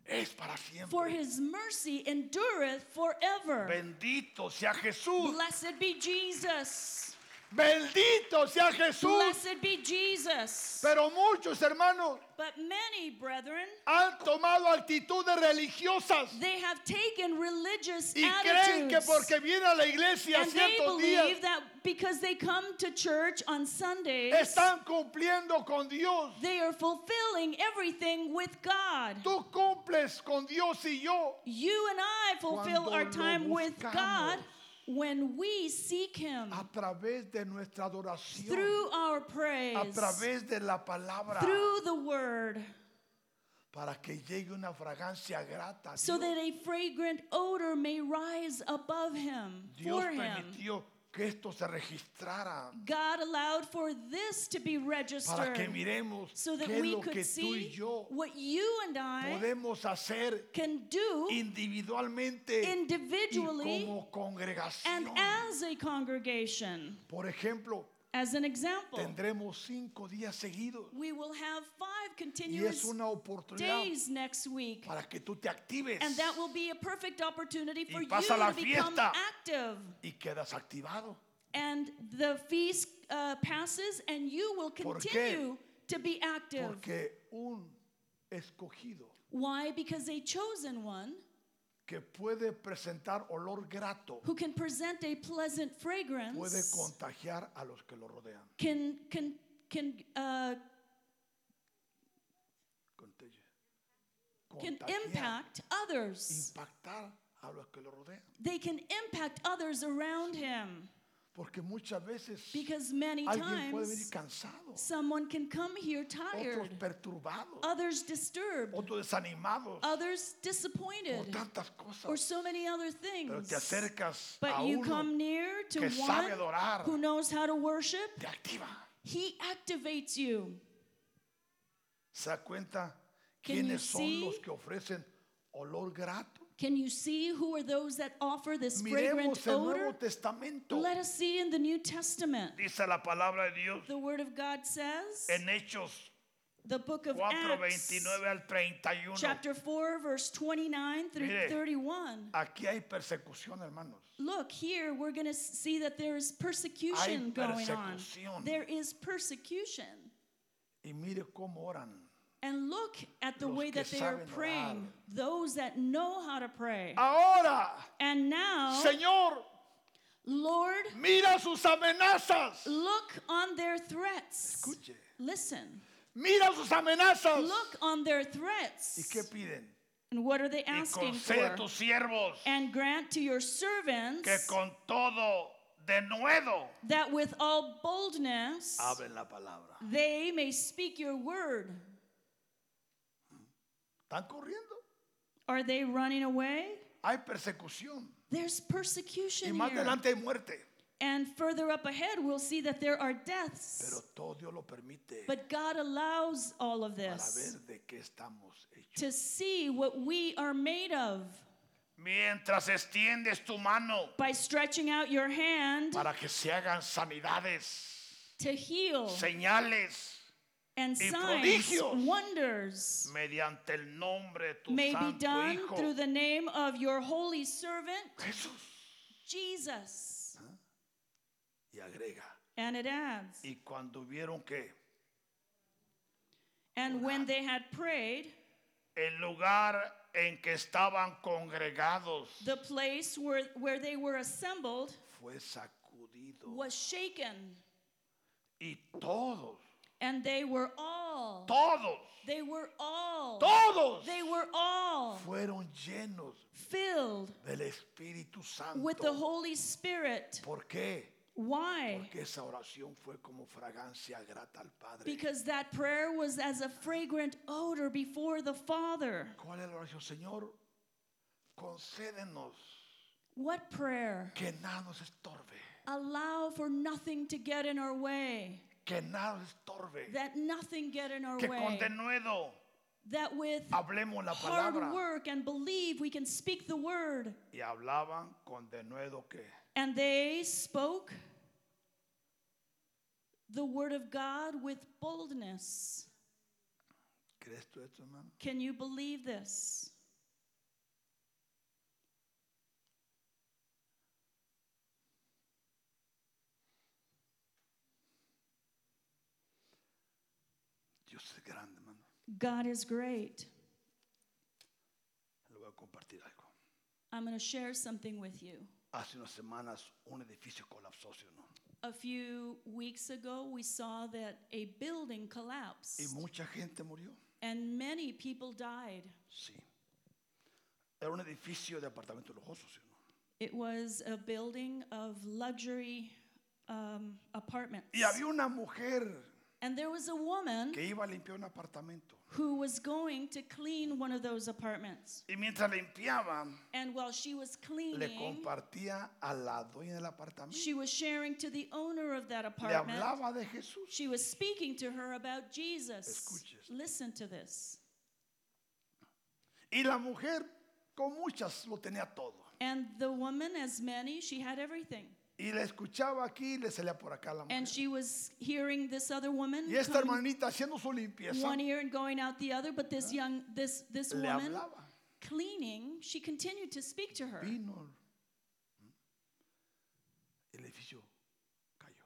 S2: es para
S1: For
S2: siempre.
S1: his mercy endureth forever.
S2: Bendito sea Jesús,
S1: Blessed be Jesus.
S2: bendito sea Jesús.
S1: Blessed be Jesus.
S2: Pero muchos hermanos
S1: But many brethren,
S2: han tomado actitudes religiosas
S1: they have taken religious
S2: y creen que
S1: attitudes.
S2: porque viene a la iglesia
S1: And they
S2: ciertos
S1: believe
S2: días
S1: that because they come to church on Sundays,
S2: están cumpliendo con Dios.
S1: they are fulfilling everything with God.
S2: Tú cumples con Dios y yo.
S1: You and I fulfill
S2: Cuando
S1: our
S2: lo
S1: time with God
S2: buscamos.
S1: when we seek Him
S2: a través de nuestra adoración,
S1: through our
S2: a
S1: praise,
S2: través de la palabra,
S1: through the Word,
S2: para que llegue una fragancia grata. a
S1: so that
S2: Dios.
S1: a fragrant odor may rise above Him,
S2: Dios
S1: for Him.
S2: permitió que esto se registrara
S1: God allowed for this to be
S2: para que
S1: registered
S2: miremos
S1: so that
S2: qué es
S1: we
S2: lo que
S1: could
S2: tú y
S1: see
S2: yo
S1: what you and I
S2: podemos hacer
S1: can do
S2: individualmente y
S1: individually
S2: como
S1: and
S2: congregación.
S1: as a congregation.
S2: Por ejemplo,
S1: As an example,
S2: tendremos cinco días seguidos
S1: we will have five
S2: y es
S1: continuous
S2: una oportunidad
S1: days next week,
S2: para que tú te actives
S1: and that will be a perfect opportunity
S2: Y
S1: for you
S2: pasa la
S1: to become
S2: fiesta.
S1: active.
S2: y quedas activado.
S1: And the feast uh, passes, and you will
S2: ¿Por qué?
S1: continue to be active.
S2: Porque un escogido
S1: Why? Because a chosen one
S2: que puede presentar olor grato
S1: who can present a pleasant
S2: puede
S1: fragrance
S2: contagiar a los que lo rodean.
S1: can can can uh,
S2: Contagia-
S1: can
S2: contagiar,
S1: impact others.
S2: impactar a los que lo rodean.
S1: they can impact others around him
S2: Porque muchas veces
S1: because many
S2: alguien puede venir
S1: times
S2: cansado,
S1: someone can come here
S2: otros
S1: tired,
S2: perturbados,
S1: others disturbed,
S2: otros desanimados
S1: others
S2: por
S1: disappointed,
S2: tantas
S1: or
S2: cosas.
S1: so many other
S2: Pero
S1: things.
S2: te acercas a
S1: But you
S2: uno,
S1: come near to
S2: que
S1: one
S2: sabe adorar.
S1: who knows how to worship,
S2: te activa.
S1: he activates you.
S2: ¿Se da cuenta
S1: Can
S2: quiénes
S1: you
S2: son los
S1: see?
S2: que ofrecen olor grato?
S1: Can you see who are those that offer this fragrant
S2: Miremos el
S1: odor?
S2: Nuevo Testamento.
S1: Let us see in the New Testament.
S2: Dice la palabra de Dios
S1: The Word of God says,
S2: en Hechos
S1: the book of
S2: 4,
S1: Acts,
S2: 29 al 31.
S1: chapter 4, verse 29 through
S2: Mire.
S1: 31.
S2: Aquí hay persecución, hermanos.
S1: Look, here we're going to see that there is persecution going on.
S2: persecución.
S1: There is persecution.
S2: Y mire cómo oran.
S1: And look at the
S2: Los
S1: way
S2: que
S1: that they are
S2: saben orar. Ah.
S1: praying, those that know how to pray.
S2: Ahora,
S1: And now,
S2: Señor,
S1: Lord,
S2: mira sus amenazas.
S1: look on their threats.
S2: Escuche.
S1: Listen,
S2: Mira sus amenazas.
S1: look on their
S2: ¿Y
S1: threats.
S2: qué piden?
S1: And what are
S2: Y
S1: they asking
S2: concede
S1: for?
S2: a tus siervos
S1: And grant to your servants
S2: que con todo de nuevo
S1: that with all boldness
S2: hablen la palabra.
S1: they may speak your word.
S2: ¿Están corriendo?
S1: Are they running away?
S2: Hay persecución.
S1: There's
S2: Y
S1: persecution
S2: más
S1: here.
S2: adelante hay muerte.
S1: And further up ahead, we'll see that there are deaths.
S2: Pero todo Dios lo permite
S1: But God allows all of
S2: para
S1: this
S2: ver de qué estamos hechos.
S1: to see what we are made of.
S2: Mientras extiendes tu mano
S1: By stretching out your hand
S2: para que se hagan sanidades,
S1: Oh. to heal,
S2: señales,
S1: and
S2: Y
S1: signs,
S2: prodigios.
S1: wonders
S2: mediante el nombre de tu
S1: may be
S2: santo
S1: done
S2: hijo
S1: through the name of your holy servant,
S2: Jesús.
S1: Jesus.
S2: Y agrega,
S1: And it adds,
S2: y cuando vieron que
S1: and when they had prayed,
S2: el lugar en que estaban congregados
S1: the place where, where they were assembled
S2: fue sacudido
S1: was shaken,
S2: y todos,
S1: and they were all,
S2: todos,
S1: they were all,
S2: todos
S1: they were all
S2: fueron llenos
S1: filled
S2: del Espíritu Santo.
S1: with the Holy Spirit.
S2: ¿Por qué?
S1: Why?
S2: Porque esa oración fue como fragancia grata al Padre.
S1: Because that prayer was as a fragrant odor before the Father.
S2: ¿Cuál es la oración, Señor? Concédenos
S1: What prayer?
S2: que nada nos estorbe,
S1: Allow for nothing to get in our way,
S2: que nada nos estorbe,
S1: that nothing get in our
S2: que
S1: way,
S2: con denuedo
S1: that with
S2: hablemos la
S1: hard
S2: palabra.
S1: work and believe we can speak the word.
S2: Y hablaban con denuedo que
S1: And they spoke the word of God with boldness.
S2: ¿Crees tú esto, hermano?
S1: Can you believe this?
S2: Dios es grande, hermano.
S1: God is great.
S2: Le voy a compartir algo.
S1: I'm going to share something with you.
S2: Hace unas semanas un edificio colapsó, ¿sí o no?
S1: A few weeks ago, we saw that a building collapsed
S2: Y mucha gente murió.
S1: and many people died.
S2: Sí. Era un edificio de apartamentos lujosos, ¿sí o no?
S1: It was a building of luxury um, apartments.
S2: Y había una mujer
S1: And there was a woman
S2: que iba a limpiar un apartamento.
S1: who was going to clean one of those apartments.
S2: Y mientras limpiaban,
S1: And while she was
S2: le
S1: cleaning,
S2: compartía a la dueña del apartamento.
S1: she was sharing to the owner of that
S2: Le
S1: apartment.
S2: hablaba de Jesús.
S1: She was speaking to her about Jesus.
S2: Escuche esto.
S1: Listen to this.
S2: Y la mujer, con muchas, lo tenía todo.
S1: And the woman, as many, she had everything.
S2: Y le escuchaba aquí y le salía por acá a la mujer.
S1: And she was hearing this other woman
S2: Y esta
S1: coming
S2: hermanita haciendo su limpieza
S1: one ear and going out the other, but this young this this
S2: le
S1: woman
S2: hablaba.
S1: cleaning, she continued to speak to her.
S2: Vino. El edificio cayó.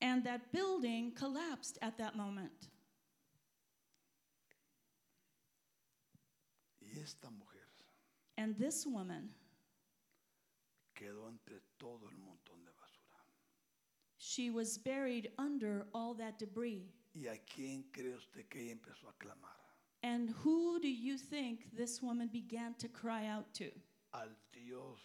S1: And that building collapsed at that moment.
S2: Y esta mujer
S1: And this woman,
S2: quedó entre todo el montón de basura.
S1: she was buried under all that debris.
S2: ¿Y a quién cree usted que ella empezó a clamar?
S1: And who do you think this woman began to cry out to?
S2: Al Dios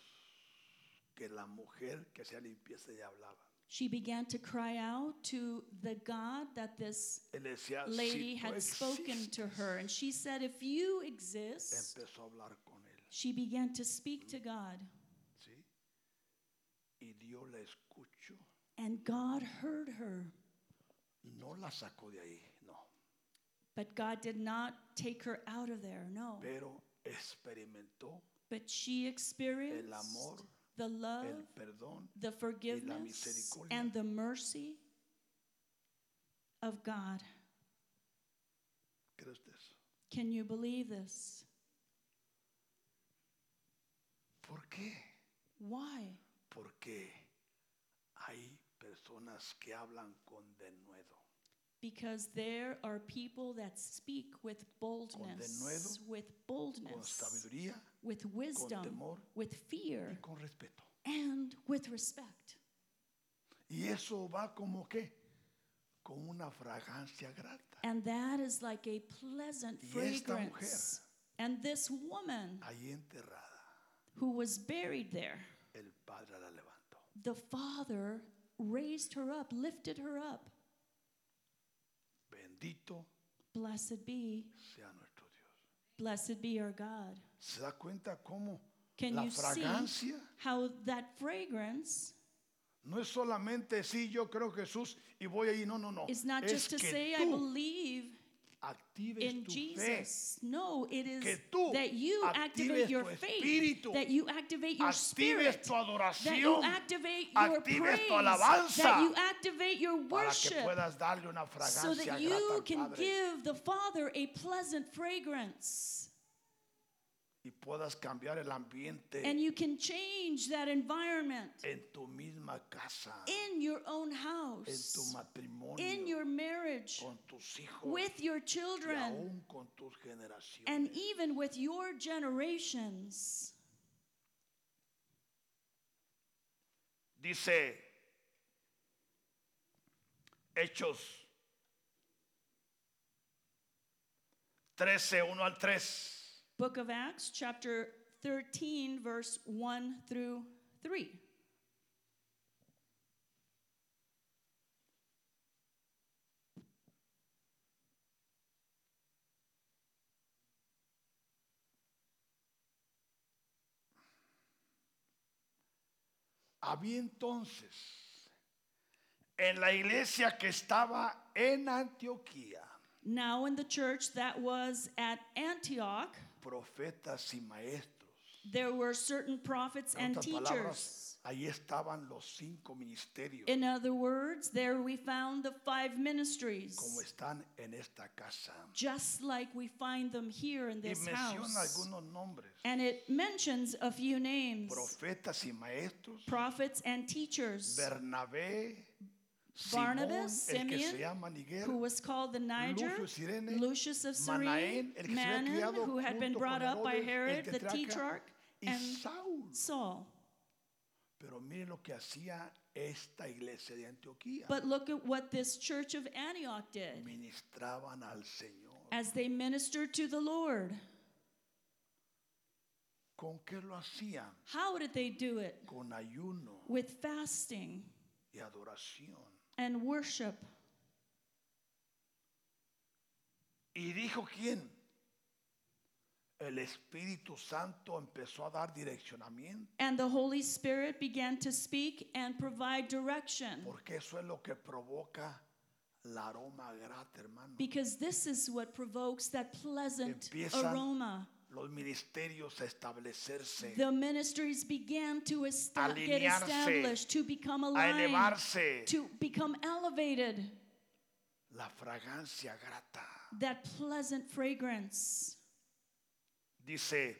S2: que la mujer que hacía limpieza ya hablaba.
S1: She began to cry out to the God that this
S2: Él le decía, si
S1: lady
S2: tú
S1: had spoken to
S2: existes",
S1: her. And she said, If you exist,
S2: empezó a hablar con él,
S1: she began to speak to God.
S2: ¿sí? Y Dios la escuchó,
S1: And God heard her.
S2: no la sacó de ahí, no,
S1: But God did not take her out of there, no.
S2: pero experimentó
S1: But she experienced
S2: amor,
S1: the love,
S2: el perdón
S1: the forgiveness,
S2: misericordia.
S1: and the mercy of God.
S2: ¿Cree usted eso?
S1: Can you believe this?
S2: ¿Por qué?
S1: Why?
S2: Porque hay personas que hablan con denuedo.
S1: Because there are people that speak with boldness,
S2: denuedo,
S1: with
S2: con
S1: boldness,
S2: sabiduría
S1: with wisdom,
S2: temor,
S1: with
S2: y
S1: fear,
S2: con respeto.
S1: and with respect.
S2: Y eso va como qué? Con una fragancia grata.
S1: And that is like a pleasant
S2: Y esta mujer-
S1: fragrance. And this woman
S2: Ahí enterrada,
S1: who was buried there,
S2: el Padre la levantó.
S1: the father raised her up, lifted her up.
S2: Bendito
S1: Blessed be,
S2: sea nuestro Dios.
S1: blessed be our God.
S2: ¿Se da cuenta cómo
S1: Can
S2: la
S1: you see
S2: fragancia
S1: how that fragrance
S2: no es solamente sí, yo creo Jesús y voy ahí? No, no, no.
S1: is not
S2: es
S1: just to
S2: que
S1: say, I
S2: tú
S1: believe,
S2: actives
S1: in
S2: tu fe.
S1: Jesus. No, it is
S2: Que tú
S1: that you
S2: actives
S1: activate your
S2: tu
S1: faith,
S2: espíritu.
S1: that you activate your
S2: Actives
S1: spirit,
S2: tu
S1: that you
S2: adoración
S1: activate your
S2: actives
S1: praise,
S2: tu alabanza
S1: that you activate your
S2: para que
S1: worship,
S2: puedas darle una
S1: so
S2: fragancia
S1: that
S2: grata
S1: you
S2: e al
S1: can
S2: Padre
S1: give the Father a pleasant fragrance.
S2: y puedas cambiar el ambiente
S1: And you can change that environment
S2: en tu misma casa,
S1: in your own
S2: en tu
S1: house,
S2: matrimonio,
S1: in your marriage,
S2: con tus hijos
S1: with your
S2: y
S1: children,
S2: aún con tus generaciones.
S1: and e even with your generations.
S2: Dice Hechos 13, 1 al 3.
S1: Book of Acts, chapter 13, verse 1 through 3.
S2: Había entonces en la iglesia que estaba en Antioquía
S1: Now, in the church that was at Antioch,
S2: profetas y maestros.
S1: there were certain prophets
S2: En
S1: and
S2: otras
S1: teachers.
S2: palabras, ahí estaban los cinco ministerios
S1: In other words, there we found the five
S2: como
S1: ministries,
S2: están en esta casa.
S1: just like we find them here in
S2: Y
S1: this
S2: menciona
S1: house.
S2: algunos nombres.
S1: And it mentions a few names
S2: Profetas y maestros.
S1: prophets and teachers,
S2: Bernabé,
S1: Barnabas,
S2: Simón, el que se
S1: Simeon,
S2: llama Niguel,
S1: who was called the Niger,
S2: Lucius Irene,
S1: Lucius of Cyrene,
S2: Manaén, el que se había
S1: Manon,
S2: criado
S1: who had been
S2: junto
S1: brought
S2: con
S1: up by
S2: Herodes, el
S1: Herod, the
S2: tetrarca,
S1: Tetrarch,
S2: y
S1: and
S2: Saúl.
S1: Saul.
S2: Pero mire lo que hacía esta iglesia de Antioquía.
S1: But look at what this church of Antioch did
S2: Ministraban al Señor.
S1: as they ministered to the Lord.
S2: ¿Con qué lo hacían?
S1: How did they do it?
S2: Con ayuno
S1: With fasting
S2: y adoración.
S1: and worship.
S2: ¿Y dijo quién? El Espíritu Santo empezó a dar direccionamiento.
S1: And the Holy Spirit began to speak and provide direction.
S2: Porque eso es lo que provoca la aroma grata, hermano.
S1: Because this is what provokes that pleasant
S2: Empiezan
S1: aroma.
S2: Los ministerios a establecerse.
S1: The ministries began to esta- get
S2: Alinearse.
S1: established, to become
S2: a
S1: aligned,
S2: elevarse
S1: to become elevated.
S2: la fragancia grata.
S1: That pleasant fragrance.
S2: Dice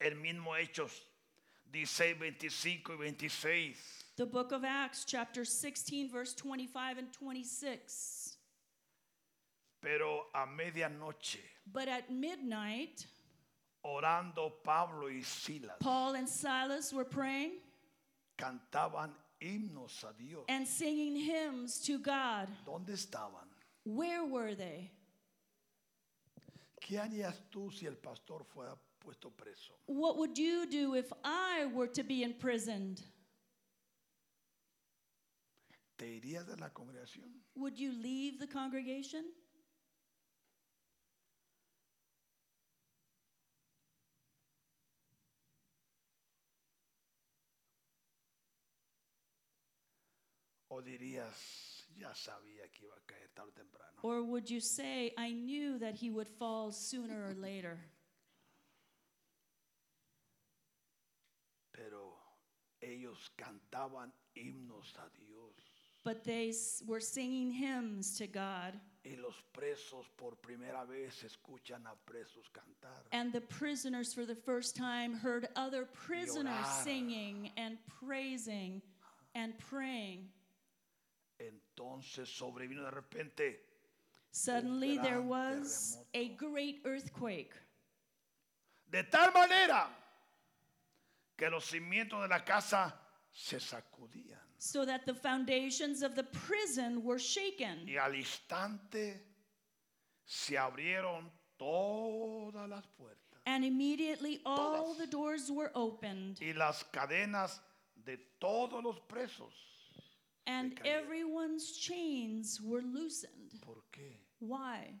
S2: el mismo Hechos 16, 25 y 26.
S1: The book of Acts, chapter 16, verse 25 and 26.
S2: Pero a medianoche,
S1: But at midnight,
S2: orando Pablo y Silas,
S1: Paul and Silas were praying
S2: cantaban himnos a Dios.
S1: and singing hymns to God.
S2: ¿Dónde estaban?
S1: Where were they?
S2: ¿Qué harías tú si el pastor fuera puesto preso?
S1: What would you do if I were to be imprisoned?
S2: ¿Te irías de la congregación?
S1: Would you leave the congregation?
S2: ¿O dirías, ya sabía que iba a caer tarde o temprano?
S1: Or would you say, I knew that he would fall sooner or later?
S2: Pero ellos cantaban himnos a Dios.
S1: But they s- were singing hymns to God,
S2: Y los presos por primera vez escuchan a presos cantar.
S1: and the prisoners for the first time heard other prisoners
S2: orar.
S1: singing and praising and praying.
S2: Entonces sobrevino de repente
S1: Suddenly there
S2: gran
S1: was a
S2: terremoto.
S1: great earthquake,
S2: de tal manera que los cimientos de la casa se sacudían.
S1: so that the foundations of the prison were shaken,
S2: Y al instante se abrieron todas las puertas
S1: and immediately all
S2: Todas.
S1: the doors were opened.
S2: y las cadenas de todos los presos.
S1: And
S2: cayeron.
S1: everyone's chains were loosened.
S2: ¿Por qué?
S1: Why?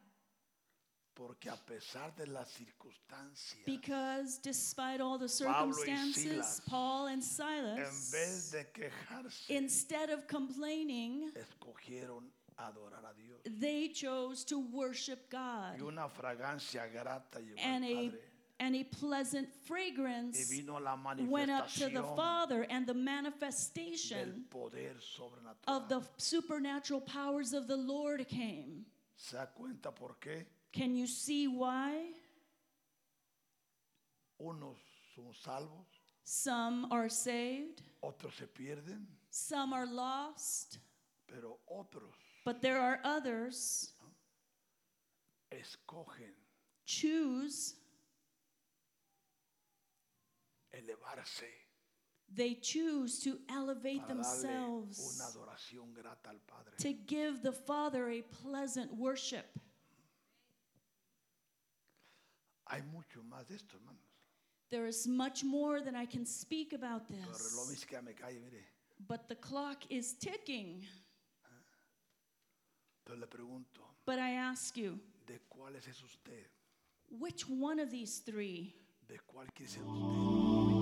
S2: Porque a pesar de las circunstancias,
S1: Because despite all the
S2: Pablo y Silas,
S1: circumstances, Paul and
S2: en vez
S1: Silas,
S2: de quejarse,
S1: instead of complaining,
S2: escogieron adorar a Dios.
S1: They chose to worship God.
S2: Y una fragancia grata llegó al
S1: And a,
S2: Padre.
S1: and a pleasant
S2: Y
S1: fragrance
S2: vino la
S1: went up to the
S2: manifestación
S1: Father, and the
S2: del
S1: manifestation
S2: poder
S1: of
S2: sobrenatural.
S1: the supernatural powers of the Lord came.
S2: ¿Se da cuenta por qué?
S1: Can you see why?
S2: Unos son salvos,
S1: Some are saved,
S2: otros se pierden,
S1: some are lost,
S2: pero otros
S1: but there are others
S2: escogen
S1: choose,
S2: elevarse
S1: they choose to elevate
S2: para darle una
S1: themselves
S2: adoración grata al Padre.
S1: to give the Father a pleasant worship.
S2: Hay mucho más de esto, hermanos.
S1: There is much more than I can speak about
S2: Pero el reloj
S1: this,
S2: ni siquiera me cae, mire.
S1: but the clock is ticking.
S2: Entonces le pregunto,
S1: But I ask you,
S2: ¿de cuáles es usted?
S1: which one of these three?
S2: ¿De cuál quiere ser usted?